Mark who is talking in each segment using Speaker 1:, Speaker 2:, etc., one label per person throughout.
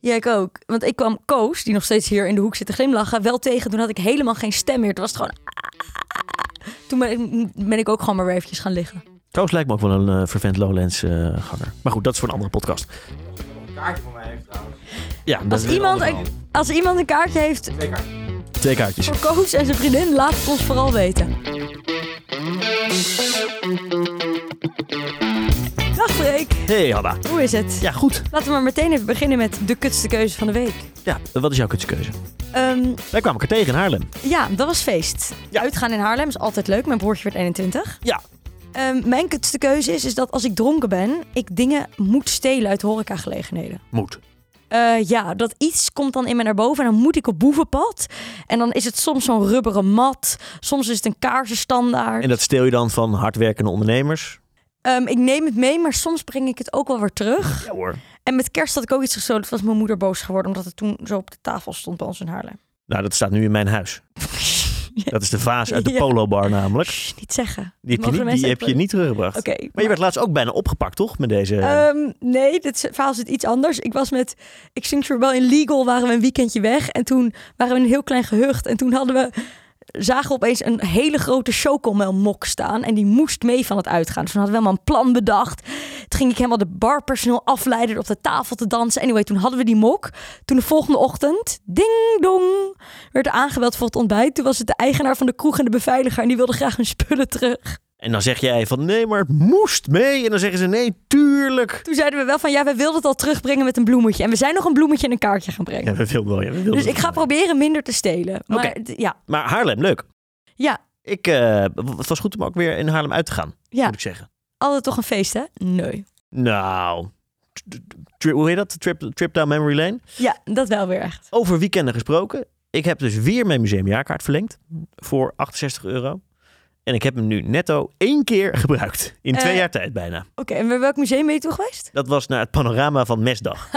Speaker 1: Ja, ik ook. Want ik kwam Koos, die nog steeds hier in de hoek zit te glimlachen, wel tegen. Toen had ik helemaal geen stem meer. Toen was het gewoon... "Ah." Toen ben ik, ben ik ook gewoon maar weer eventjes gaan liggen.
Speaker 2: Trouwens lijkt me ook wel een eh, vervent Lowlands-ganger. maar goed, dat is voor een andere podcast.
Speaker 3: Een kaartje voor mij heeft trouwens.
Speaker 2: Ja, dat
Speaker 1: Als
Speaker 2: is
Speaker 1: iemand,
Speaker 3: allemaal.
Speaker 1: een- als iemand een kaartje heeft
Speaker 3: Twee kaartjes.
Speaker 2: twee kaartjes.
Speaker 1: voor Koos en zijn vriendin, laat het ons vooral weten. Dag Freek,
Speaker 2: Hey Hanna.
Speaker 1: hoe is het?
Speaker 2: Ja, goed.
Speaker 1: Laten we maar meteen even beginnen met de kutste keuze van de week.
Speaker 2: Ja, wat is jouw kutkeuze?
Speaker 1: Ehm,
Speaker 2: Wij kwamen elkaar tegen in Haarlem.
Speaker 1: ja, dat was feest.
Speaker 2: Ja.
Speaker 1: Uitgaan in Haarlem is altijd leuk. Mijn broertje werd 21.
Speaker 2: Ja.
Speaker 1: Ehm, mijn kutste keuze is, is dat als ik dronken ben, ik dingen moet stelen uit horecagelegenheden.
Speaker 2: Moet.
Speaker 1: Eh, ja, dat iets komt dan in me naar boven en dan moet ik op boevenpad. En dan is het soms zo'n rubberen mat, soms is het een kaarsenstandaard.
Speaker 2: En dat steel je dan van hardwerkende ondernemers?
Speaker 1: Ehm, ik neem het mee, maar soms breng ik het ook wel weer terug.
Speaker 2: Ja hoor.
Speaker 1: En met kerst had ik ook iets gestolen. Toen was mijn moeder boos geworden, omdat het toen zo op de tafel stond bij ons in Haarlem.
Speaker 2: Nou, dat staat nu in mijn huis.
Speaker 1: Ja,
Speaker 2: Dat is de vaas uit de
Speaker 1: Ja.
Speaker 2: polobar namelijk.
Speaker 1: shh, niet zeggen.
Speaker 2: Die heb
Speaker 1: Mogen
Speaker 2: je
Speaker 1: de
Speaker 2: niet,
Speaker 1: mensen
Speaker 2: die heb
Speaker 1: even-
Speaker 2: je niet teruggebracht.
Speaker 1: Oké.
Speaker 2: Maar je werd laatst ook bijna opgepakt, toch? Met deze...
Speaker 1: Ehm, nee, dit is- verhaal zit iets anders. Ik was met Extinction Rebel in Legal, waren we een weekendje weg. En toen waren we in een heel klein gehucht. En toen hadden we, zagen we opeens een hele grote chocomel-mok staan. En die moest mee van het uitgaan. Dus toen hadden we helemaal een plan bedacht. Toen ging ik helemaal de barpersoneel afleiden door op de tafel te dansen. Anyway, toen hadden we die mok. Toen de volgende ochtend, ding dong, werd er aangebeld voor het ontbijt. Toen was het de eigenaar van de kroeg en de beveiliger. En die wilde graag hun spullen terug.
Speaker 2: En dan zeg jij van nee, maar het moest mee. En dan zeggen ze nee, tuurlijk.
Speaker 1: Toen zeiden we wel van ja, wij wilden het al terugbrengen met een bloemetje. En we zijn nog een bloemetje en een kaartje gaan brengen.
Speaker 2: Ja, we wilden wel. Ja, we wilden
Speaker 1: dus
Speaker 2: het
Speaker 1: ik ga
Speaker 2: wel.
Speaker 1: proberen minder te stelen. Maar
Speaker 2: Oké.
Speaker 1: d- ja,
Speaker 2: Maar Haarlem, leuk.
Speaker 1: ja,
Speaker 2: Ik, eh, w- het was goed om ook weer in Haarlem uit te gaan,
Speaker 1: ja.
Speaker 2: moet ik zeggen.
Speaker 1: Altijd toch een feest, hè? Nee.
Speaker 2: Nou, t- t- tri- hoe heet dat? Trip, trip down memory lane.
Speaker 1: Ja, dat wel weer echt.
Speaker 2: Over weekenden gesproken. Ik heb dus weer mijn museumjaarkaart verlengd voor 68 euro. En ik heb hem nu netto één keer gebruikt. In twee
Speaker 1: Eh.
Speaker 2: jaar tijd bijna.
Speaker 1: Oké, en bij welk museum ben je toe geweest?
Speaker 2: Dat was naar het panorama van Mesdag.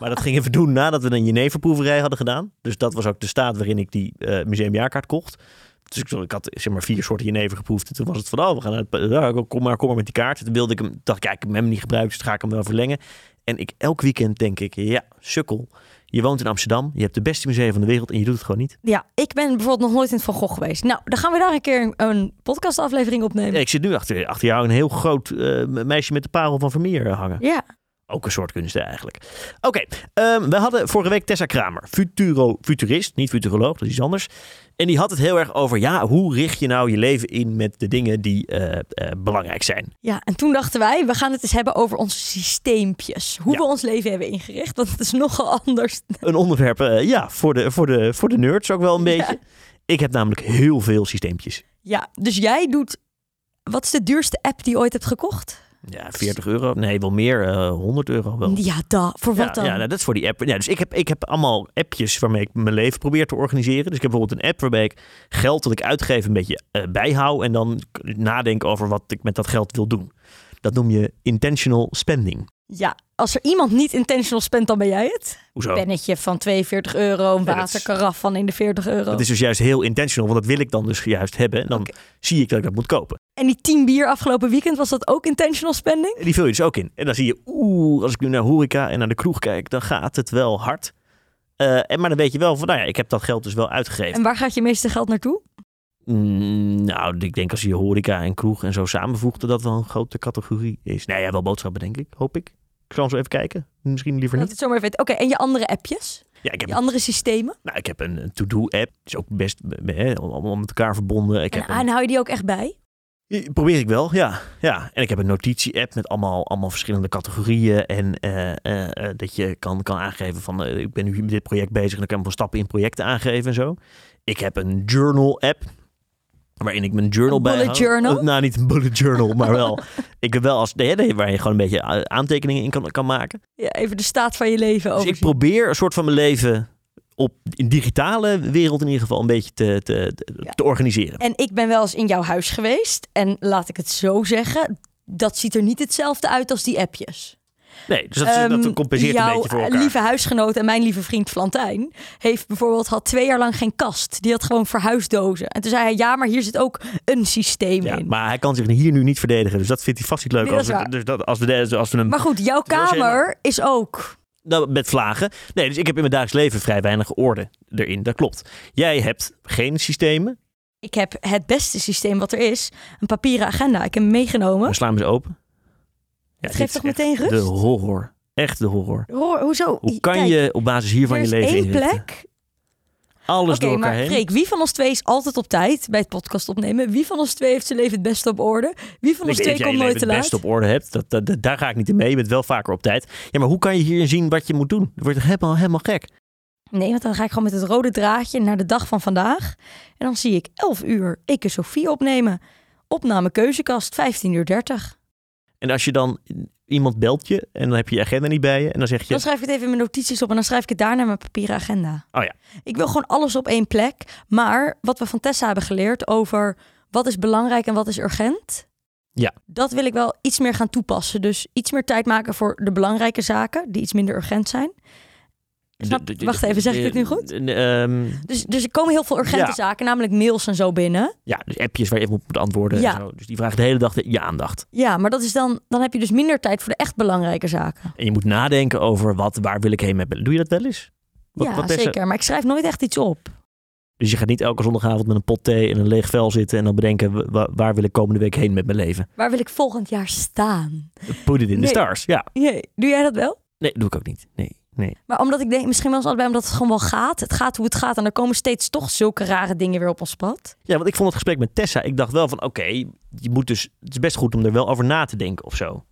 Speaker 2: maar dat gingen we doen nadat we een jeneverproeverij hadden gedaan. Dus dat was ook de staat waarin ik die eh, museumjaarkaart kocht. Dus ik, ik had zeg maar vier soorten jenever geproefd. En toen was het van, oh, we gaan naar het... pa- ja, kom, maar, kom maar met die kaart. Toen wilde ik hem, dacht ik, ja, ik heb hem niet gebruikt, dus ga ik hem wel verlengen. En ik, elk weekend denk ik, ja, sukkel. Je woont in Amsterdam, je hebt de beste museum van de wereld en je doet het gewoon niet.
Speaker 1: Ja, ik ben bijvoorbeeld nog nooit in het Van Gogh geweest. Nou, dan gaan we daar een keer een, een podcastaflevering opnemen.
Speaker 2: Ik zit nu achter, achter jou een heel groot eh, meisje met de parel van Vermeer eh, hangen.
Speaker 1: Ja.
Speaker 2: Ook een soort kunsten eigenlijk. Oké, ehm, we hadden vorige week Tessa Kramer, futuro, futurist, niet futuroloog, dat is iets anders. En die had het heel erg over, ja, hoe richt je nou je leven in met de dingen die eh, eh, belangrijk zijn?
Speaker 1: ja, en toen dachten wij, we gaan het eens hebben over onze systeempjes. Hoe
Speaker 2: Ja.
Speaker 1: we ons leven hebben ingericht, want het is nogal anders.
Speaker 2: Een onderwerp, eh, ja, voor de, voor, de, voor de nerds ook wel een beetje. Ik heb namelijk heel veel systeempjes.
Speaker 1: Ja, dus jij doet... Wat is de duurste app die je ooit hebt gekocht?
Speaker 2: Ja, 40 euro, nee, wel meer, eh 100 euro wel.
Speaker 1: Ja, da, voor
Speaker 2: Ja,
Speaker 1: wat dan?
Speaker 2: ja nou, dat is voor die app. Ja, dus ik heb, ik heb allemaal appjes waarmee ik mijn leven probeer te organiseren. Dus ik heb bijvoorbeeld een app waarbij ik geld dat ik uitgeef een beetje eh, bijhoud. En dan k- nadenk over wat ik met dat geld wil doen. Dat noem je intentional spending.
Speaker 1: Ja, als er iemand niet intentional spendt, dan ben jij het.
Speaker 2: Hoezo?
Speaker 1: Pennetje van 42 euro, een
Speaker 2: Oh. dat is-
Speaker 1: waterkaraf van in de 40 euro.
Speaker 2: Dat is dus juist heel intentional, want dat wil ik dan dus juist hebben. En dan
Speaker 1: Oké.
Speaker 2: zie ik dat ik dat moet kopen.
Speaker 1: En die 10 bier afgelopen weekend, was dat ook intentional spending?
Speaker 2: En die vul je dus ook in. En dan zie je, oeh, als ik nu naar horeca en naar de kroeg kijk, dan gaat het wel hard. Eh, en, maar dan weet je wel van, nou ja, ik heb dat geld dus wel uitgegeven.
Speaker 1: En waar gaat je meeste geld naartoe?
Speaker 2: Mm, nou, ik denk als je horeca en kroeg en zo samenvoegt, dat dat wel een grote categorie is. Nee, ja, wel boodschappen, denk ik, hoop ik. Ik zal zo even kijken. Misschien liever
Speaker 1: Dat
Speaker 2: niet.
Speaker 1: het zomaar even weet. Oké, en je andere appjes?
Speaker 2: Ja, ik heb,
Speaker 1: Je andere systemen?
Speaker 2: nou, ik heb een een to-do-app. Is ook best eh, allemaal met elkaar verbonden. Ik
Speaker 1: En,
Speaker 2: heb
Speaker 1: en hou je die ook echt bij?
Speaker 2: een- probeer ik wel, ja. ja. En ik heb een notitie-app met allemaal, allemaal verschillende categorieën. En eh, eh, eh, dat je kan, kan aangeven van, eh, ik ben nu met dit project bezig. En dan kan ik wel stappen in projecten aangeven en zo. Ik heb een journal-app. Waarin ik mijn journal
Speaker 1: Een
Speaker 2: bij.
Speaker 1: bullet journal?
Speaker 2: nou, niet een bullet journal, maar wel. ik heb wel als. Nee, nee, waar je gewoon een beetje a- aantekeningen in kan, kan maken.
Speaker 1: Ja, even de staat van je leven
Speaker 2: Dus
Speaker 1: over.
Speaker 2: ik probeer een soort van mijn leven. op in digitale wereld in ieder geval. een beetje te, te, te,
Speaker 1: Ja.
Speaker 2: te organiseren.
Speaker 1: En ik ben wel eens in jouw huis geweest. En laat ik het zo zeggen, dat ziet er niet hetzelfde uit als die appjes.
Speaker 2: Nee, dus dat, is- dat
Speaker 1: Ehm,
Speaker 2: compenseert een
Speaker 1: jouw,
Speaker 2: beetje voor
Speaker 1: eh,
Speaker 2: elkaar.
Speaker 1: lieve huisgenoot en mijn lieve vriend Flantijn heeft bijvoorbeeld had twee jaar lang geen kast. Die had gewoon verhuisdozen. En toen zei hij, ja, maar hier zit ook een systeem
Speaker 2: Ja,
Speaker 1: in. Maar,
Speaker 2: maar hij kan zich hier nu niet verdedigen. Dus dat vindt hij vast niet leuk.
Speaker 1: Nee, dat
Speaker 2: als,
Speaker 1: is
Speaker 2: we,
Speaker 1: waar.
Speaker 2: dus dat, als, we, de- als we hem...
Speaker 1: goed, jouw
Speaker 2: Terwijl ze
Speaker 1: kamer is ook
Speaker 2: nou, met vlagen. Nee, dus ik heb in mijn dagelijks leven vrij weinig orde erin. Dat klopt. Jij hebt geen systemen.
Speaker 1: Ik heb het beste systeem wat er is. Een papieren agenda. Ik heb hem meegenomen.
Speaker 2: We slaan ze open. Ja,
Speaker 1: Het
Speaker 2: dit
Speaker 1: geeft
Speaker 2: is
Speaker 1: toch
Speaker 2: echt
Speaker 1: meteen rust?
Speaker 2: De horror. Echt de horror.
Speaker 1: Hoor, hoezo?
Speaker 2: Hoe kan
Speaker 1: Kijk,
Speaker 2: je op basis hiervan
Speaker 1: er
Speaker 2: je
Speaker 1: is
Speaker 2: leven
Speaker 1: één
Speaker 2: inrichten?
Speaker 1: plek.
Speaker 2: Alles
Speaker 1: Oké,
Speaker 2: door elkaar
Speaker 1: maar
Speaker 2: heen.
Speaker 1: Freek, wie van ons twee is altijd op tijd bij het podcast opnemen? Wie van ons twee heeft zijn leven het beste op orde? Wie van ons
Speaker 2: Ik weet dat
Speaker 1: twee
Speaker 2: jij je
Speaker 1: komt
Speaker 2: leven
Speaker 1: nooit te
Speaker 2: het
Speaker 1: laat?
Speaker 2: best op orde hebt. Dat, dat, dat- daar ga ik niet in mee. Je bent wel vaker op tijd. Ja, maar hoe kan je hierin zien wat je moet doen? Dat wordt helemaal, helemaal gek.
Speaker 1: Nee, want dan ga ik gewoon met het rode draadje naar de dag van vandaag. En dan zie ik 11 uur ik en Sofie opnemen. Opname keuzekast 15 uur 30.
Speaker 2: En als je dan iemand belt je en dan heb je je agenda niet bij je en dan zeg je
Speaker 1: Dan schrijf ik het even in mijn notities op en dan schrijf ik het daarna in mijn papieren agenda.
Speaker 2: Oh ja.
Speaker 1: Ik wil gewoon alles op één plek. Maar wat we van Tessa hebben geleerd over wat is belangrijk en wat is urgent.
Speaker 2: Ja.
Speaker 1: Dat wil ik wel iets meer gaan toepassen. Dus iets meer tijd maken voor de belangrijke zaken die iets minder urgent zijn. Snap-
Speaker 2: De- de-
Speaker 1: wacht even, zeg ik
Speaker 2: de-
Speaker 1: dit nu goed?
Speaker 2: de- de- ehm,
Speaker 1: Dus, dus er komen heel veel urgente
Speaker 2: Ja.
Speaker 1: zaken, namelijk mails en zo binnen.
Speaker 2: ja, dus appjes waar je even op moet antwoorden.
Speaker 1: Ja.
Speaker 2: En zo. Dus die vragen de hele dag de- je aandacht.
Speaker 1: Ja, maar dat is dan, dan heb je dus minder tijd voor de echt belangrijke zaken.
Speaker 2: En je moet nadenken over wat, waar wil ik heen met mijn- Doe je dat wel eens? Wat-
Speaker 1: ja,
Speaker 2: wat is er-
Speaker 1: zeker. Maar ik schrijf nooit echt iets op.
Speaker 2: Dus je gaat niet elke zondagavond met een pot thee en een leeg vel zitten en dan bedenken wa- wa- waar wil ik komende week heen met mijn leven.
Speaker 1: Waar wil ik volgend jaar staan?
Speaker 2: Put it in the
Speaker 1: Nee.
Speaker 2: stars. Ja,
Speaker 1: Jee, doe jij dat wel?
Speaker 2: nee, doe ik ook niet. Nee, nee.
Speaker 1: Maar omdat ik denk, misschien wel eens allebei omdat het gewoon wel gaat. Het gaat hoe het gaat. En er komen steeds toch zulke rare dingen weer op ons pad.
Speaker 2: Ja, want ik vond het gesprek met Tessa. Ik dacht wel van oké, je moet dus. Het is best goed om er wel over na te denken of zo.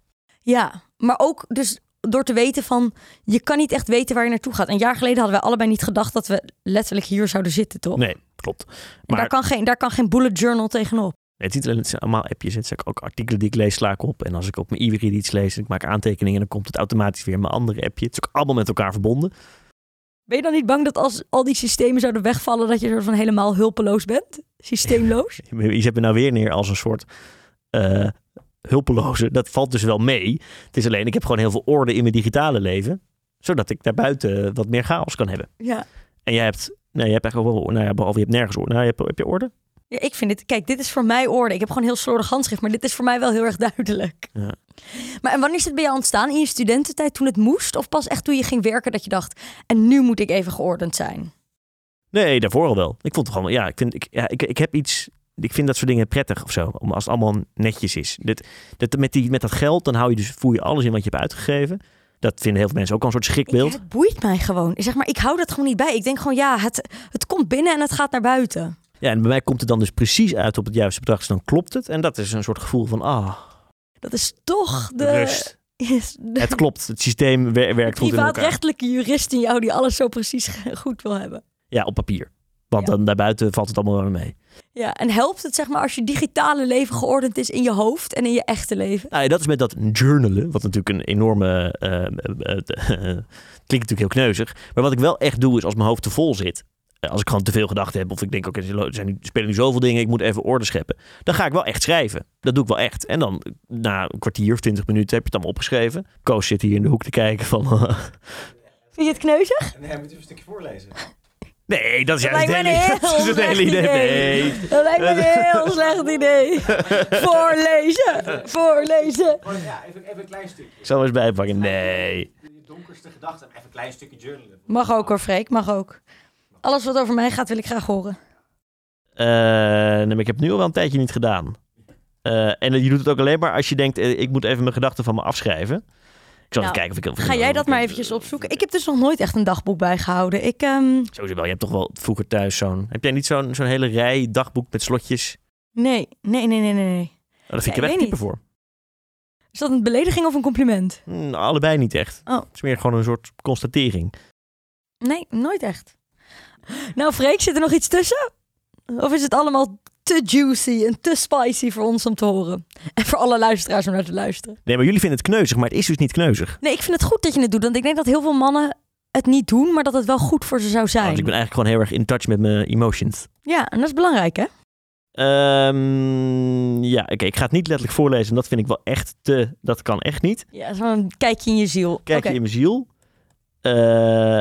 Speaker 1: Ja, maar ook dus door te weten van... je kan niet echt weten waar je naartoe gaat. Een jaar geleden hadden we allebei niet gedacht... dat we letterlijk hier zouden zitten, toch?
Speaker 2: Nee, klopt.
Speaker 1: En
Speaker 2: Maar
Speaker 1: daar, kan geen, daar kan geen bullet journal tegenop.
Speaker 2: het, is niet alleen, het zijn allemaal appjes. Het zijn ook artikelen die ik lees, sla ik op. En als ik op mijn e-read iets lees en ik maak aantekeningen, dan komt het automatisch weer in mijn andere appje. Het is ook allemaal met elkaar verbonden.
Speaker 1: Ben je dan niet bang dat als al die systemen zouden wegvallen... dat je soort van helemaal hulpeloos bent? Systeemloos?
Speaker 2: Je zet me nou weer neer als een soort eh, hulpeloze. Dat valt dus wel mee. Het is alleen, ik heb gewoon heel veel orde in mijn digitale leven. Zodat ik daarbuiten wat meer chaos kan hebben.
Speaker 1: ja.
Speaker 2: En jij hebt, nee, je hebt eigenlijk ook wel, nou ja, behalve je hebt nergens orde. Nou, je hebt, heb je orde?
Speaker 1: Ja, ik vind dit... Kijk, dit is voor mij orde. Ik heb gewoon heel slordig handschrift, maar dit is voor mij wel heel erg duidelijk.
Speaker 2: Ja.
Speaker 1: Maar en wanneer is het bij jou ontstaan? In je studententijd toen het moest? Of pas echt toen je ging werken dat je dacht... en nu moet ik even geordend zijn?
Speaker 2: Nee, daarvoor al wel. Ik vond het gewoon, ja, ik, vind, ik, ja, ik, ik heb iets, ik vind dat soort dingen prettig of zo. Om, als het allemaal netjes is. Dit, dit, met, die, met dat geld, dan hou je dus, voer je alles in wat je hebt uitgegeven. Dat vinden heel veel mensen ook al een soort
Speaker 1: Ik,
Speaker 2: schrikbeeld.
Speaker 1: het boeit mij gewoon. Zeg maar, ik hou dat gewoon niet bij. Ik denk gewoon, ja, het, het komt binnen en het gaat naar buiten.
Speaker 2: Ja, en bij mij komt het dan dus precies uit op het juiste bedrag. Dus dan klopt het. En dat is een soort gevoel van, ah,
Speaker 1: Dat is toch de...
Speaker 2: rust.
Speaker 1: Is de
Speaker 2: Het klopt. Het systeem wer- werkt goed in elkaar.
Speaker 1: privaatrechtelijke jurist in jou die alles zo precies goed wil hebben.
Speaker 2: Ja, op papier. Want
Speaker 1: Ja.
Speaker 2: dan daarbuiten valt het allemaal wel mee.
Speaker 1: Ja, en helpt het zeg maar als je digitale leven geordend is in je hoofd en in je echte leven?
Speaker 2: Nou ja, dat is met dat journalen, wat natuurlijk een enorme. eh, eh, eh, klinkt natuurlijk heel kneuzig. Maar wat ik wel echt doe, is als mijn hoofd te vol zit. eh, Als ik gewoon te veel gedachten heb, of ik denk, oké, er zijn nu- er spelen nu zoveel dingen, ik moet even orde scheppen. Dan ga ik wel echt schrijven. Dat doe ik wel echt. En dan eh, na een kwartier of twintig minuten heb je het allemaal opgeschreven. Koos zit hier in de hoek te kijken van.
Speaker 1: Vind je het kneuzen?
Speaker 3: Nee, moet je een stukje voorlezen.
Speaker 2: nee, dat is
Speaker 1: Dat
Speaker 2: juist
Speaker 1: lijkt
Speaker 2: het
Speaker 1: me
Speaker 2: hele,
Speaker 1: een heel
Speaker 2: dat is het
Speaker 1: slecht
Speaker 2: hele idee.
Speaker 1: idee.
Speaker 2: Nee.
Speaker 1: Dat lijkt me een heel slecht idee. Voorlezen, voorlezen.
Speaker 3: Gewoon, ja, even, even een klein stukje.
Speaker 2: Ik zal hem eens bijpakken. Nee.
Speaker 3: Je donkerste gedachten. Even een klein stukje journalen.
Speaker 1: Mag ook hoor, Freek, mag ook. Alles wat over mij gaat wil ik graag horen.
Speaker 2: Eh, nee, maar ik heb het nu al wel een tijdje niet gedaan. Eh, en je doet het ook alleen maar als je denkt, eh, ik moet even mijn gedachten van me afschrijven. Ik zal
Speaker 1: Nou,
Speaker 2: even kijken of ik... of ik-
Speaker 1: Ga jij dat maar eventjes opzoeken? Ik heb dus nog nooit echt een dagboek bijgehouden. Ik, ehm,
Speaker 2: Sowieso wel, je hebt toch wel vroeger thuis zo'n... Heb jij niet zo'n zo'n hele rij dagboek met slotjes?
Speaker 1: nee, nee, nee, nee, nee, nee.
Speaker 2: Nou, dat vind
Speaker 1: Ja,
Speaker 2: ik
Speaker 1: ik
Speaker 2: er echt
Speaker 1: weet
Speaker 2: type voor.
Speaker 1: Is dat een belediging of een compliment?
Speaker 2: Hm, allebei niet echt.
Speaker 1: Oh.
Speaker 2: Het is meer gewoon een soort constatering.
Speaker 1: Nee, nooit echt. Nou, Freek, zit er nog iets tussen? Of is het allemaal te juicy en te spicy voor ons om te horen? En voor alle luisteraars om naar te luisteren.
Speaker 2: Nee, maar jullie vinden het kneuzig, maar het is dus niet kneuzig.
Speaker 1: Nee, ik vind het goed dat je het doet. Want ik denk dat heel veel mannen het niet doen, maar dat het wel goed voor ze zou zijn.
Speaker 2: Want ik ben eigenlijk gewoon heel erg in touch met mijn emotions.
Speaker 1: Ja, en dat is belangrijk, hè?
Speaker 2: Ehm, ja, oké, ik ga het niet letterlijk voorlezen. Dat vind ik wel echt te... Dat kan echt niet.
Speaker 1: Ja, zo'n kijkje in je ziel.
Speaker 2: Kijk
Speaker 1: Oké.
Speaker 2: je in mijn ziel. Eh,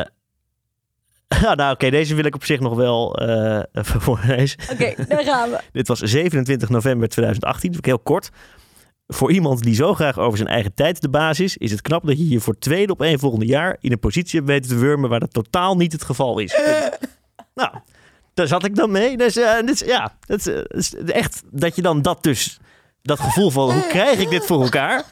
Speaker 2: ah, nou, oké, deze wil ik op zich nog wel eh, even voorlezen.
Speaker 1: Oké, daar gaan we.
Speaker 2: Dit was 27 november 2018, dus ook heel kort. Voor iemand die zo graag over zijn eigen tijd de baas is, is het knap dat je je voor tweede op één volgende jaar in een positie hebt weten te wurmen waar dat totaal niet het geval is. nou, daar zat ik dan mee. Dus, eh, dit is- ja, dat is, eh, dat is echt dat je dan dat dus, dat gevoel van hoe krijg ik dit voor elkaar?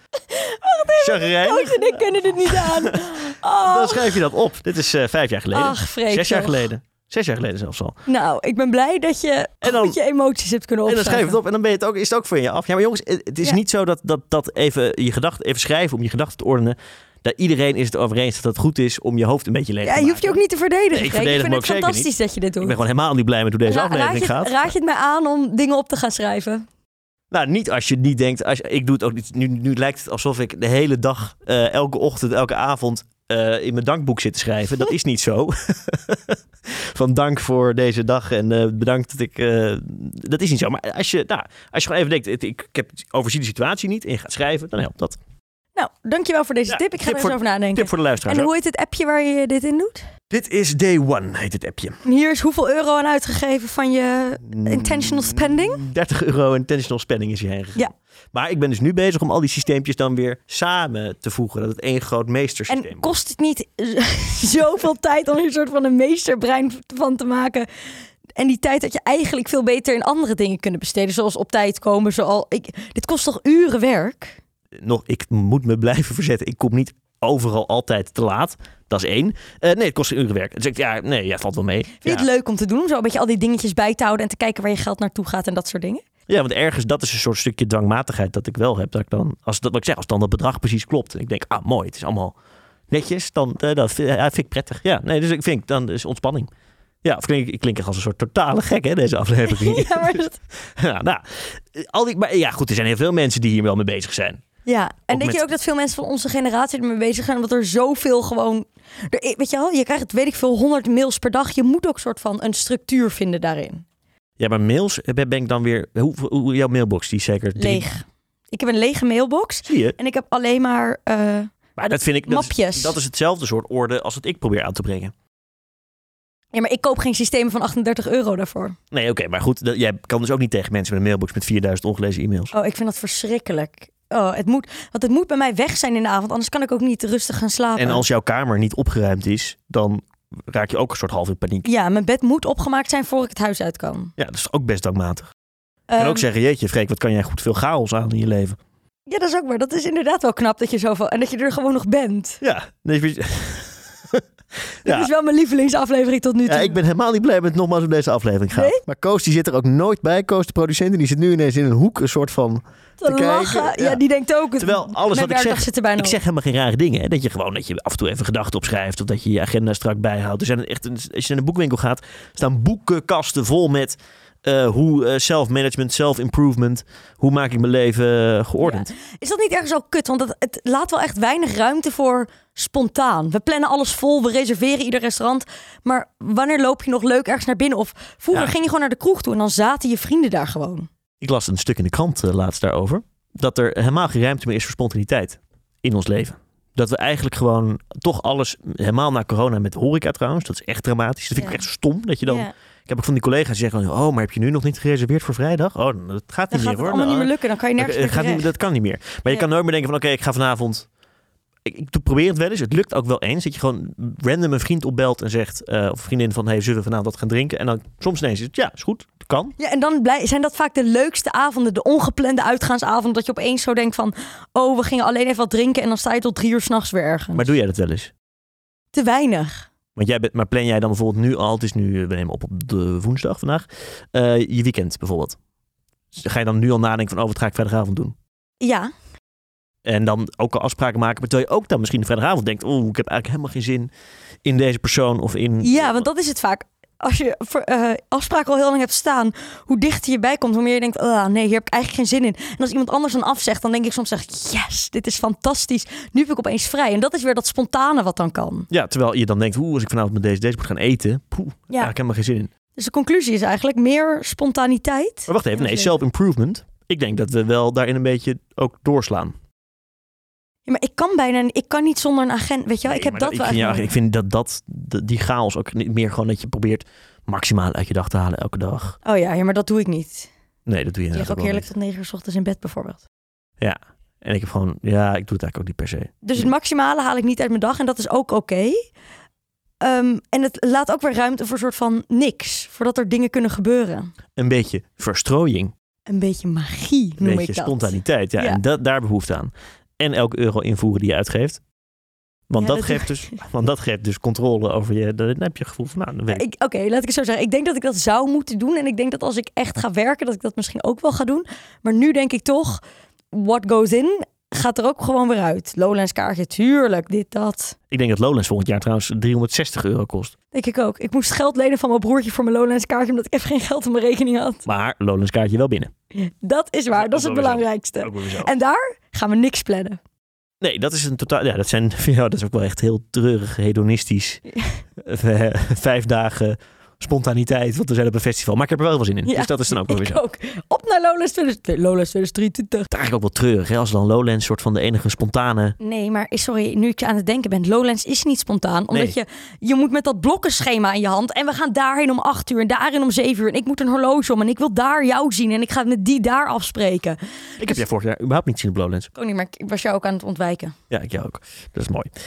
Speaker 2: Chagrijnig.
Speaker 1: Coach en ik kunnen Oh, dit niet aan. Oh.
Speaker 2: Dan schrijf je dat op. Dit is eh, vijf jaar geleden.
Speaker 1: Ach, Freek,
Speaker 2: Zes jaar
Speaker 1: toch.
Speaker 2: geleden. Zes jaar geleden zelfs al.
Speaker 1: Nou, ik ben blij dat je
Speaker 2: En dan-
Speaker 1: goed je emoties hebt kunnen
Speaker 2: En dan
Speaker 1: opschrijven.
Speaker 2: schrijf je het op en dan ben je het ook, is het ook van je af. Ja, maar jongens, het het is
Speaker 1: Ja.
Speaker 2: niet zo dat, dat, dat even je gedachten, even schrijven om je gedachten te ordenen. Dat iedereen is het over eens dat het goed is om je hoofd een beetje leeg te
Speaker 1: Ja,
Speaker 2: maken.
Speaker 1: je hoeft je ook niet te verdedigen.
Speaker 2: Nee, ik
Speaker 1: Freek.
Speaker 2: verdedig
Speaker 1: vind
Speaker 2: me
Speaker 1: het
Speaker 2: ook zeker
Speaker 1: fantastisch dat je dit
Speaker 2: Ik
Speaker 1: doet.
Speaker 2: ben gewoon helemaal niet blij met hoe deze
Speaker 1: Ra- raad,
Speaker 2: aflevering
Speaker 1: je,
Speaker 2: gaat.
Speaker 1: het- raad je het mij aan om dingen op te gaan schrijven?
Speaker 2: Nou, niet als je niet denkt, als je- ik doe het ook niet. Nu, nu lijkt het alsof ik de hele dag, eh, elke ochtend, elke avond eh, in mijn dankboek zit te schrijven. Dat is niet zo. Van dank voor deze dag en eh, bedankt dat ik. eh, dat is niet zo. Maar als je, nou, als je gewoon even denkt, het- ik, ik heb, overzie de situatie niet en je gaat schrijven, dan helpt dat.
Speaker 1: Nou, dankjewel voor deze
Speaker 2: Ja,
Speaker 1: tip. Ik ga
Speaker 2: tip
Speaker 1: er eens
Speaker 2: voor-
Speaker 1: over nadenken.
Speaker 2: Tip voor de luisteraars.
Speaker 1: en
Speaker 2: ook.
Speaker 1: hoe heet het appje waar je dit in doet?
Speaker 2: Dit is Day One, heet het appje.
Speaker 1: En hier is hoeveel euro aan uitgegeven van je intentional spending?
Speaker 2: 30 euro intentional spending is hierheen gegaan.
Speaker 1: Ja.
Speaker 2: Maar ik ben dus nu bezig om al die systeempjes dan weer samen te voegen. Dat het één groot meestersysteem
Speaker 1: En
Speaker 2: wordt.
Speaker 1: kost het niet zoveel tijd om hier een soort van een meesterbrein van te maken? En die tijd dat je eigenlijk veel beter in andere dingen kunnen besteden. Zoals op tijd komen. Zoals, ik, dit kost toch uren werk?
Speaker 2: nog, ik moet me blijven verzetten. Ik kom niet overal altijd te laat. Dat is één. Eh, nee, het kost een uur werk. Dus ik, ja, nee, ja, valt wel mee.
Speaker 1: Vind je
Speaker 2: Ja.
Speaker 1: het leuk om te doen? Om zo een beetje al die dingetjes bij te houden en te kijken waar je geld naartoe gaat en dat soort dingen?
Speaker 2: ja, want ergens, dat is een soort stukje dwangmatigheid dat ik wel heb. Dat ik dan, als dat wat ik zeg, als dan dat bedrag precies klopt. En ik denk, ah, mooi, het is allemaal netjes. Dan eh, dat vind, ja, vind ik prettig. Ja, nee, dus ik vind, dan is ontspanning. Ja, of klink, ik klink echt als een soort totale gek, hè, deze aflevering.
Speaker 1: Ja, maar dat-
Speaker 2: ja, nou, al die, maar ja, goed, er zijn heel veel mensen die hier wel mee bezig zijn.
Speaker 1: Ja, en denk
Speaker 2: met-
Speaker 1: je ook dat veel mensen van onze generatie ermee bezig zijn? Omdat er zoveel gewoon... Er, weet je wel, je krijgt, weet ik veel, 100 mails per dag. Je moet ook soort van een structuur vinden daarin.
Speaker 2: Ja, maar mails eh, ben ik dan weer... Hoe, hoe- jouw mailbox, die is zeker... drie-
Speaker 1: Leeg. Ik heb een lege mailbox.
Speaker 2: Zie je?
Speaker 1: En ik heb alleen maar... eh,
Speaker 2: Maar dat vind ik. Dat Is,
Speaker 1: Mapjes.
Speaker 2: dat is hetzelfde soort orde als wat ik probeer aan te brengen.
Speaker 1: Ja, maar ik koop geen systemen van 38 euro daarvoor.
Speaker 2: Nee, oké, maar goed. dat- jij kan dus ook niet tegen mensen met een mailbox met 4000 ongelezen e-mails.
Speaker 1: Oh, ik vind dat verschrikkelijk. Oh, het moet, want het moet bij mij weg zijn in de avond. Anders kan ik ook niet rustig gaan slapen.
Speaker 2: En als jouw kamer niet opgeruimd is, dan raak je ook een soort half in paniek.
Speaker 1: Ja, mijn bed moet opgemaakt zijn voor ik het huis uit kan.
Speaker 2: Ja, dat is ook best dankmatig. Je kan ook
Speaker 1: Ehm,
Speaker 2: zeggen, jeetje, Freek, wat kan jij goed veel chaos aan in je leven?
Speaker 1: Ja, dat is ook waar. Dat is inderdaad wel knap dat je zoveel... En dat je er gewoon nog bent.
Speaker 2: Ja, nee, je-
Speaker 1: Dit is wel mijn lievelingsaflevering tot nu toe.
Speaker 2: ja, ik ben helemaal niet blij met nogmaals hoe deze aflevering gaat.
Speaker 1: Nee?
Speaker 2: Maar Koos die zit er ook nooit bij. Koos, de producent, en die zit nu ineens in een hoek, een soort van
Speaker 1: te
Speaker 2: kijken.
Speaker 1: lachen. Ja.
Speaker 2: Ja.
Speaker 1: die denkt ook. het-
Speaker 2: Terwijl alles
Speaker 1: mijn
Speaker 2: wat ik
Speaker 1: werkdag
Speaker 2: zeg,
Speaker 1: zit er bijna
Speaker 2: ik
Speaker 1: op.
Speaker 2: zeg helemaal geen rare dingen. Hè? Dat je gewoon dat je af en toe even gedachten opschrijft. Of dat je je agenda strak bijhoudt. Er zijn echt, een- als je naar de boekwinkel gaat, staan boekenkasten vol met eh, hoe eh, self-management, self-improvement. Hoe maak ik mijn leven eh, geordend?
Speaker 1: Is dat niet ergens ook kut? Want dat, het laat wel echt weinig ruimte voor spontaan. We plannen alles vol, we reserveren ieder restaurant. Maar wanneer loop je nog leuk ergens naar binnen? Of vroeger
Speaker 2: Ja.
Speaker 1: ging je gewoon naar de kroeg toe en dan zaten je vrienden daar gewoon.
Speaker 2: Ik las een stuk in de krant eh, laatst daarover. Dat er helemaal geen ruimte meer is voor spontaniteit in ons leven. Dat we eigenlijk gewoon toch alles, helemaal na corona met de horeca trouwens. Dat is echt dramatisch. Dat vind ik
Speaker 1: Ja.
Speaker 2: echt stom. Dat je dan,
Speaker 1: Ja.
Speaker 2: Ik heb ook van die collega's die zeggen, oh maar heb je nu nog niet gereserveerd voor vrijdag? Oh, dat gaat
Speaker 1: Dan
Speaker 2: niet
Speaker 1: gaat
Speaker 2: meer
Speaker 1: het
Speaker 2: hoor.
Speaker 1: allemaal niet
Speaker 2: Nou,
Speaker 1: meer lukken. Dan kan je
Speaker 2: Dat,
Speaker 1: nergens meer
Speaker 2: gaat niet,
Speaker 1: terecht.
Speaker 2: dat kan niet meer. Maar je
Speaker 1: Ja.
Speaker 2: kan nooit meer denken van oké, ik ga vanavond. Ik, ik probeer het wel eens. Het lukt ook wel eens. Dat je gewoon random een vriend opbelt en zegt. eh, of vriendin van hey, zullen we vanavond wat gaan drinken? En dan soms ineens is het ja, is goed. Kan.
Speaker 1: Ja, en dan blij, zijn dat vaak de leukste avonden, de ongeplande uitgaansavonden. Dat je opeens zo denkt van, oh, we gingen alleen even wat drinken en dan sta je tot drie uur s'nachts weer ergens.
Speaker 2: Maar doe jij dat wel eens?
Speaker 1: Te weinig.
Speaker 2: Want jij bent, maar plan jij dan bijvoorbeeld nu al, het is nu, eh, we nemen op op de woensdag vandaag, eh, je weekend bijvoorbeeld. Dus Ga je dan nu al nadenken van, oh, wat ga ik vrijdagavond doen?
Speaker 1: Ja,
Speaker 2: En dan ook al afspraken maken, maar terwijl je ook dan misschien vrijdagavond denkt, oh, ik heb eigenlijk helemaal geen zin in deze persoon of in...
Speaker 1: Ja, want dat is het vaak. Als je voor, eh, afspraken al heel lang hebt staan, hoe dichter je bij komt, hoe meer je denkt, ah nee, hier heb ik eigenlijk geen zin in. En als iemand anders dan afzegt, dan denk ik soms echt, yes, dit is fantastisch. Nu heb ik opeens vrij. En dat is weer dat spontane wat dan kan.
Speaker 2: Ja, terwijl je dan denkt, hoe als ik vanavond met deze, deze moet gaan eten, poeh,
Speaker 1: Ja.
Speaker 2: ja. ik helemaal geen zin in.
Speaker 1: Dus de conclusie is eigenlijk meer spontaniteit.
Speaker 2: Maar wacht even,
Speaker 1: Ja,
Speaker 2: nee,
Speaker 1: dat is leuk.
Speaker 2: self-improvement. Ik denk dat we wel daarin een beetje ook doorslaan.
Speaker 1: Ja, maar ik kan bijna, niet- ik kan niet zonder een agent. Weet je wel, ik heb
Speaker 2: Nee,
Speaker 1: dat
Speaker 2: maar
Speaker 1: wel.
Speaker 2: ik vind,
Speaker 1: echt
Speaker 2: ja,
Speaker 1: nodig.
Speaker 2: ik vind dat, dat de- die chaos ook niet meer gewoon dat je probeert maximaal uit je dag te halen elke dag.
Speaker 1: Oh ja, ja, maar dat doe ik niet.
Speaker 2: Nee, dat doe je
Speaker 1: Ik lig
Speaker 2: inderdaad
Speaker 1: ook
Speaker 2: ook wel
Speaker 1: heerlijk tot negen uur 's ochtends in bed bijvoorbeeld.
Speaker 2: Ja. En ik heb gewoon, ja, ik doe het eigenlijk ook niet per se.
Speaker 1: Dus het maximale haal ik niet uit mijn dag en dat is ook oké. Ehm, en het laat ook weer ruimte voor een soort van niks, voordat er dingen kunnen gebeuren.
Speaker 2: Een beetje verstrooiing.
Speaker 1: Een beetje magie noem
Speaker 2: Een beetje
Speaker 1: ik dat.
Speaker 2: spontaniteit. Ja,
Speaker 1: Ja.
Speaker 2: En dat, daar behoefte aan. En elke euro invoeren die je uitgeeft. Want,
Speaker 1: Ja,
Speaker 2: dat
Speaker 1: dat-
Speaker 2: geeft dus, want dat geeft dus controle over je. Dan heb je het gevoel van, nou, dan weet ik.
Speaker 1: Ik- Oké, laat ik het zo zeggen. Ik denk dat ik dat zou moeten doen. En ik denk dat als ik echt ga werken, dat ik dat misschien ook wel ga doen. Maar nu denk ik toch, what goes in, gaat er ook gewoon weer uit. Lowlands kaartje, tuurlijk, dit, dat.
Speaker 2: Ik denk dat Lowlands volgend jaar trouwens 360 euro kost.
Speaker 1: Denk ik ook. Ik moest geld lenen van mijn broertje voor mijn Lowlands kaartje, omdat ik even geen geld op mijn rekening had.
Speaker 2: Maar Lowlands kaartje wel binnen.
Speaker 1: Dat is waar, dat is het
Speaker 2: Ook wel weer zo.
Speaker 1: belangrijkste.
Speaker 2: Ook weer zo.
Speaker 1: En daar gaan we niks plannen.
Speaker 2: Nee, dat is een totaal. Ja, dat zijn. Ja, dat is ook wel echt heel treurig, hedonistisch. Eh, Vijf dagen spontaniteit, want we zijn op een festival. Maar ik heb er wel wel zin in.
Speaker 1: Ja,
Speaker 2: Dus dat is dan ook wel weer zo.
Speaker 1: Ik ook. Op naar Lowlands 2023. Lowlands 2023.
Speaker 2: Het is eigenlijk ook wel treurig, hè? Als dan Lowlands soort van de enige spontane.
Speaker 1: Nee, maar is- sorry, nu ik je aan het denken ben. Lowlands is niet spontaan. Omdat
Speaker 2: Nee.
Speaker 1: je, je moet met dat blokkenschema in je hand. En we gaan daarheen om acht uur en daarin om zeven uur. En ik moet een horloge om en ik wil daar jou zien. En ik ga met die daar afspreken.
Speaker 2: Ik heb jij vorig jaar überhaupt niet zien op Lowlands.
Speaker 1: Ik ook niet, maar ik was jou ook aan het ontwijken. Ja,
Speaker 2: Ja, ik jou ook. Dat is mooi. Ik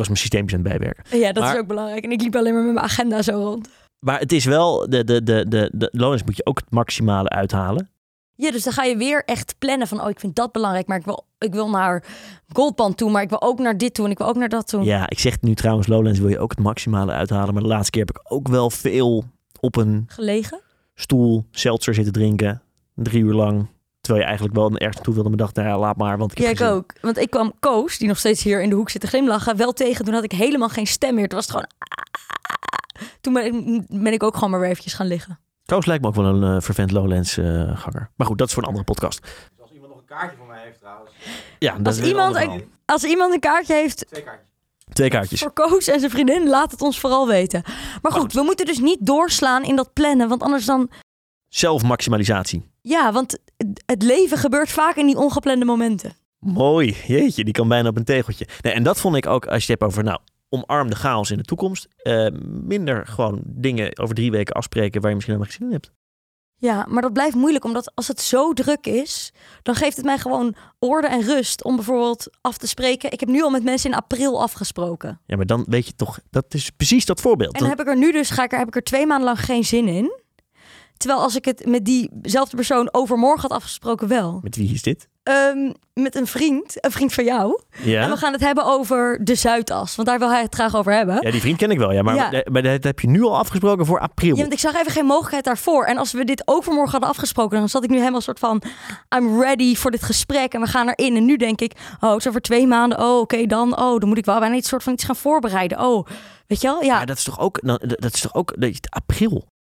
Speaker 2: was mijn systeempjes aan het bijwerken.
Speaker 1: dat
Speaker 2: Maar-
Speaker 1: is ook belangrijk. En ik liep alleen maar met mijn agenda zo rond.
Speaker 2: Maar het is wel, de, de, de, de, de Lowlands moet je ook het maximale uithalen.
Speaker 1: Ja, dus dan ga je weer echt plannen van... oh, ik vind dat belangrijk, maar ik wil, ik wil naar Goldband toe... maar ik wil ook naar dit toe en ik wil ook naar dat toe.
Speaker 2: Ja, ik zeg nu trouwens, Lowlands wil je ook het maximale uithalen. Maar de laatste keer heb ik ook wel veel op een
Speaker 1: Gelegen?
Speaker 2: stoel seltzer zitten drinken. Drie uur lang. Terwijl je eigenlijk wel ergens toe wilde, maar dacht, nou ja, laat maar. Want ik heb
Speaker 1: Ja, ik
Speaker 2: geen zin.
Speaker 1: ook. Want ik kwam Koos, die nog steeds hier in de hoek zit te glimlachen, wel tegen. Toen had ik helemaal geen stem meer. Toen was het gewoon... "Ah." Toen ben ik, ben ik ook gewoon maar weer eventjes gaan liggen.
Speaker 2: Koos lijkt me ook wel een eh, vervent Lowlands-ganger. maar goed, dat is voor een andere podcast.
Speaker 3: Dus als iemand nog een kaartje voor mij heeft trouwens.
Speaker 2: Ja, dat
Speaker 1: Als
Speaker 2: is weer een
Speaker 1: iemand
Speaker 2: ander
Speaker 1: een-
Speaker 2: verhaal.
Speaker 1: Als iemand een kaartje heeft
Speaker 3: Twee kaartjes.
Speaker 2: Twee kaartjes.
Speaker 1: voor Koos en zijn vriendin, laat het ons vooral weten. Maar goed, we moeten dus niet doorslaan in dat plannen. Want anders dan...
Speaker 2: Zelfmaximalisatie.
Speaker 1: Ja, want het leven gebeurt vaak in die ongeplande momenten.
Speaker 2: Mooi. Jeetje, die kan bijna op een tegeltje. Nee, en dat vond ik ook, als je het hebt over, nou, omarm de chaos in de toekomst. Eh, minder gewoon dingen over drie weken afspreken waar je misschien helemaal geen zin in hebt.
Speaker 1: Ja, maar dat blijft moeilijk, omdat als het zo druk is, dan geeft het mij gewoon orde en rust om bijvoorbeeld af te spreken. Ik heb nu al met mensen in april afgesproken.
Speaker 2: Ja, maar dan weet je toch, dat is precies dat voorbeeld.
Speaker 1: En dan heb ik er nu dus, ga ik er, heb ik er twee maanden lang geen zin in. Terwijl als ik het met diezelfde persoon overmorgen had afgesproken wel.
Speaker 2: Met wie is dit?
Speaker 1: Ehm, met een vriend, een vriend van jou. En we
Speaker 2: Ja.
Speaker 1: gaan het hebben over de Zuidas. Want daar wil hij het graag over hebben.
Speaker 2: ja, die vriend ken ik wel, ja. Maar, eh,
Speaker 1: Ja.
Speaker 2: maar dat heb je nu al afgesproken voor april.
Speaker 1: Ja, want ik zag even geen mogelijkheid daarvoor. En als we dit overmorgen hadden afgesproken, dan zat ik nu helemaal soort van... I'm ready voor dit gesprek en we gaan erin. En nu denk ik, oh, het is over twee maanden. Oh, oké, dan. Oh, dan moet ik wel bijna iets soort van iets gaan voorbereiden. Oh, weet je wel? Ja,
Speaker 2: Maar dat is toch ook, nou, dat dat is toch ook dat is het april?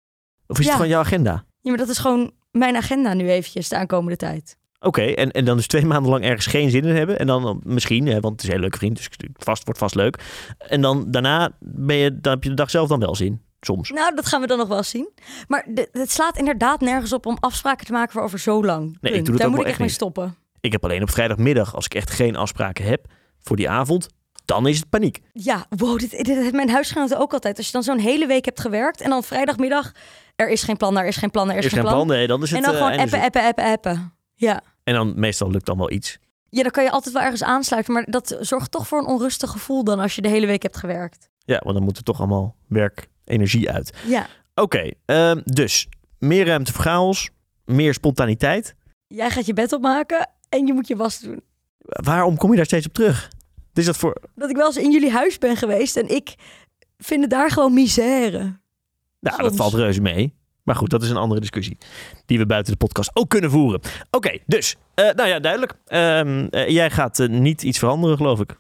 Speaker 2: Of is
Speaker 1: Ja.
Speaker 2: het gewoon jouw agenda?
Speaker 1: ja maar dat is gewoon mijn agenda nu eventjes de aankomende tijd.
Speaker 2: Oké, en, en dan dus twee maanden lang ergens geen zin in hebben. En dan misschien, hè, want het is een hele leuke vriend, dus vast wordt vast leuk. En dan daarna ben je, dan heb je de dag zelf dan wel zin, soms.
Speaker 1: Nou, dat gaan we dan nog wel eens zien. Maar de- het slaat inderdaad nergens op om afspraken te maken voor over zo lang.
Speaker 2: ik
Speaker 1: Punt.
Speaker 2: doe dat
Speaker 1: Daar
Speaker 2: ook
Speaker 1: moet ik
Speaker 2: wel echt
Speaker 1: echt mee
Speaker 2: niet.
Speaker 1: stoppen.
Speaker 2: Ik heb alleen op vrijdagmiddag, als ik echt geen afspraken heb voor die avond, dan is het paniek.
Speaker 1: Ja, wow, dit, dit heeft mijn huisgenoten ook altijd. Als je dan zo'n hele week hebt gewerkt en dan vrijdagmiddag... Er is geen plan, er is geen plan, er is,
Speaker 2: Er is geen plan, nee, dan is het
Speaker 1: En dan
Speaker 2: eh,
Speaker 1: gewoon
Speaker 2: einde
Speaker 1: appen,
Speaker 2: zoek.
Speaker 1: appen, appen, appen. Ja.
Speaker 2: En dan meestal lukt dan wel iets.
Speaker 1: ja, dan kan je altijd wel ergens aansluiten. Maar dat zorgt toch voor een onrustig gevoel dan als je de hele week hebt gewerkt.
Speaker 2: Ja, want dan moet er toch allemaal werk, energie uit.
Speaker 1: Ja.
Speaker 2: Oké, ehm, dus meer ruimte voor chaos, meer spontaniteit.
Speaker 1: Jij gaat je bed opmaken en je moet je was doen.
Speaker 2: Waarom kom je daar steeds op terug? Is dat voor...
Speaker 1: Dat ik wel eens in jullie huis ben geweest en ik vind het daar gewoon misère.
Speaker 2: Nou, dat
Speaker 1: Soms.
Speaker 2: valt reuze mee. Maar goed, dat is een andere discussie. Die we buiten de podcast ook kunnen voeren. Oké, dus. eh, nou ja, duidelijk. Ehm, eh, jij gaat eh, niet iets veranderen, geloof ik.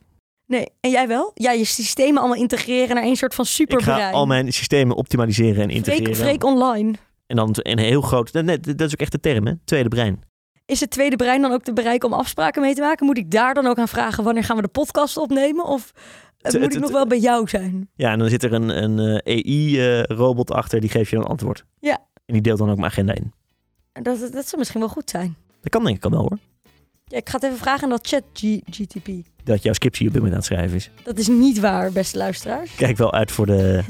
Speaker 1: Nee, en jij wel? Ja, je systemen allemaal integreren naar één soort van
Speaker 2: Ik
Speaker 1: superbrein.
Speaker 2: ga al mijn systemen optimaliseren en integreren.
Speaker 1: Freek, Freek online.
Speaker 2: En dan een heel groot... Nee, nee, dat is ook echt de term, hè? Tweede brein.
Speaker 1: Is het tweede brein dan ook te bereiken om afspraken mee te maken? Moet ik daar dan ook aan vragen wanneer gaan we de podcast opnemen? Of eh,
Speaker 2: Te-
Speaker 1: moet
Speaker 2: te-
Speaker 1: ik nog
Speaker 2: te-
Speaker 1: wel bij jou zijn?
Speaker 2: Ja, en dan zit er een, een eh, AI-robot achter. Die geeft je dan een antwoord.
Speaker 1: Ja.
Speaker 2: En die deelt dan ook mijn agenda in.
Speaker 1: Dat, dat zou misschien wel goed zijn.
Speaker 2: Dat kan denk ik al wel, hoor.
Speaker 1: Ja, ik ga het even vragen aan dat chat G- GTP.
Speaker 2: Dat jouw scriptie op dit moment aan het schrijven is.
Speaker 1: Dat is niet waar, beste luisteraars.
Speaker 2: Kijk wel uit voor de...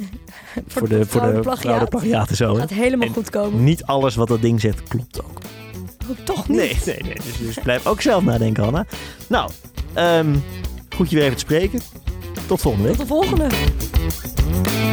Speaker 2: voor de, voor de,
Speaker 1: fraude
Speaker 2: fraude, plagiaten zo, hè?
Speaker 1: Gaat helemaal
Speaker 2: En-
Speaker 1: goed komen.
Speaker 2: Niet alles wat dat ding zegt klopt ook.
Speaker 1: Oh, toch nog niet.
Speaker 2: Nee, nee, nee. Dus, dus blijf ook zelf nadenken, Hanna. Nou, ehm, goed je weer even te spreken. Tot volgende week.
Speaker 1: Tot de volgende.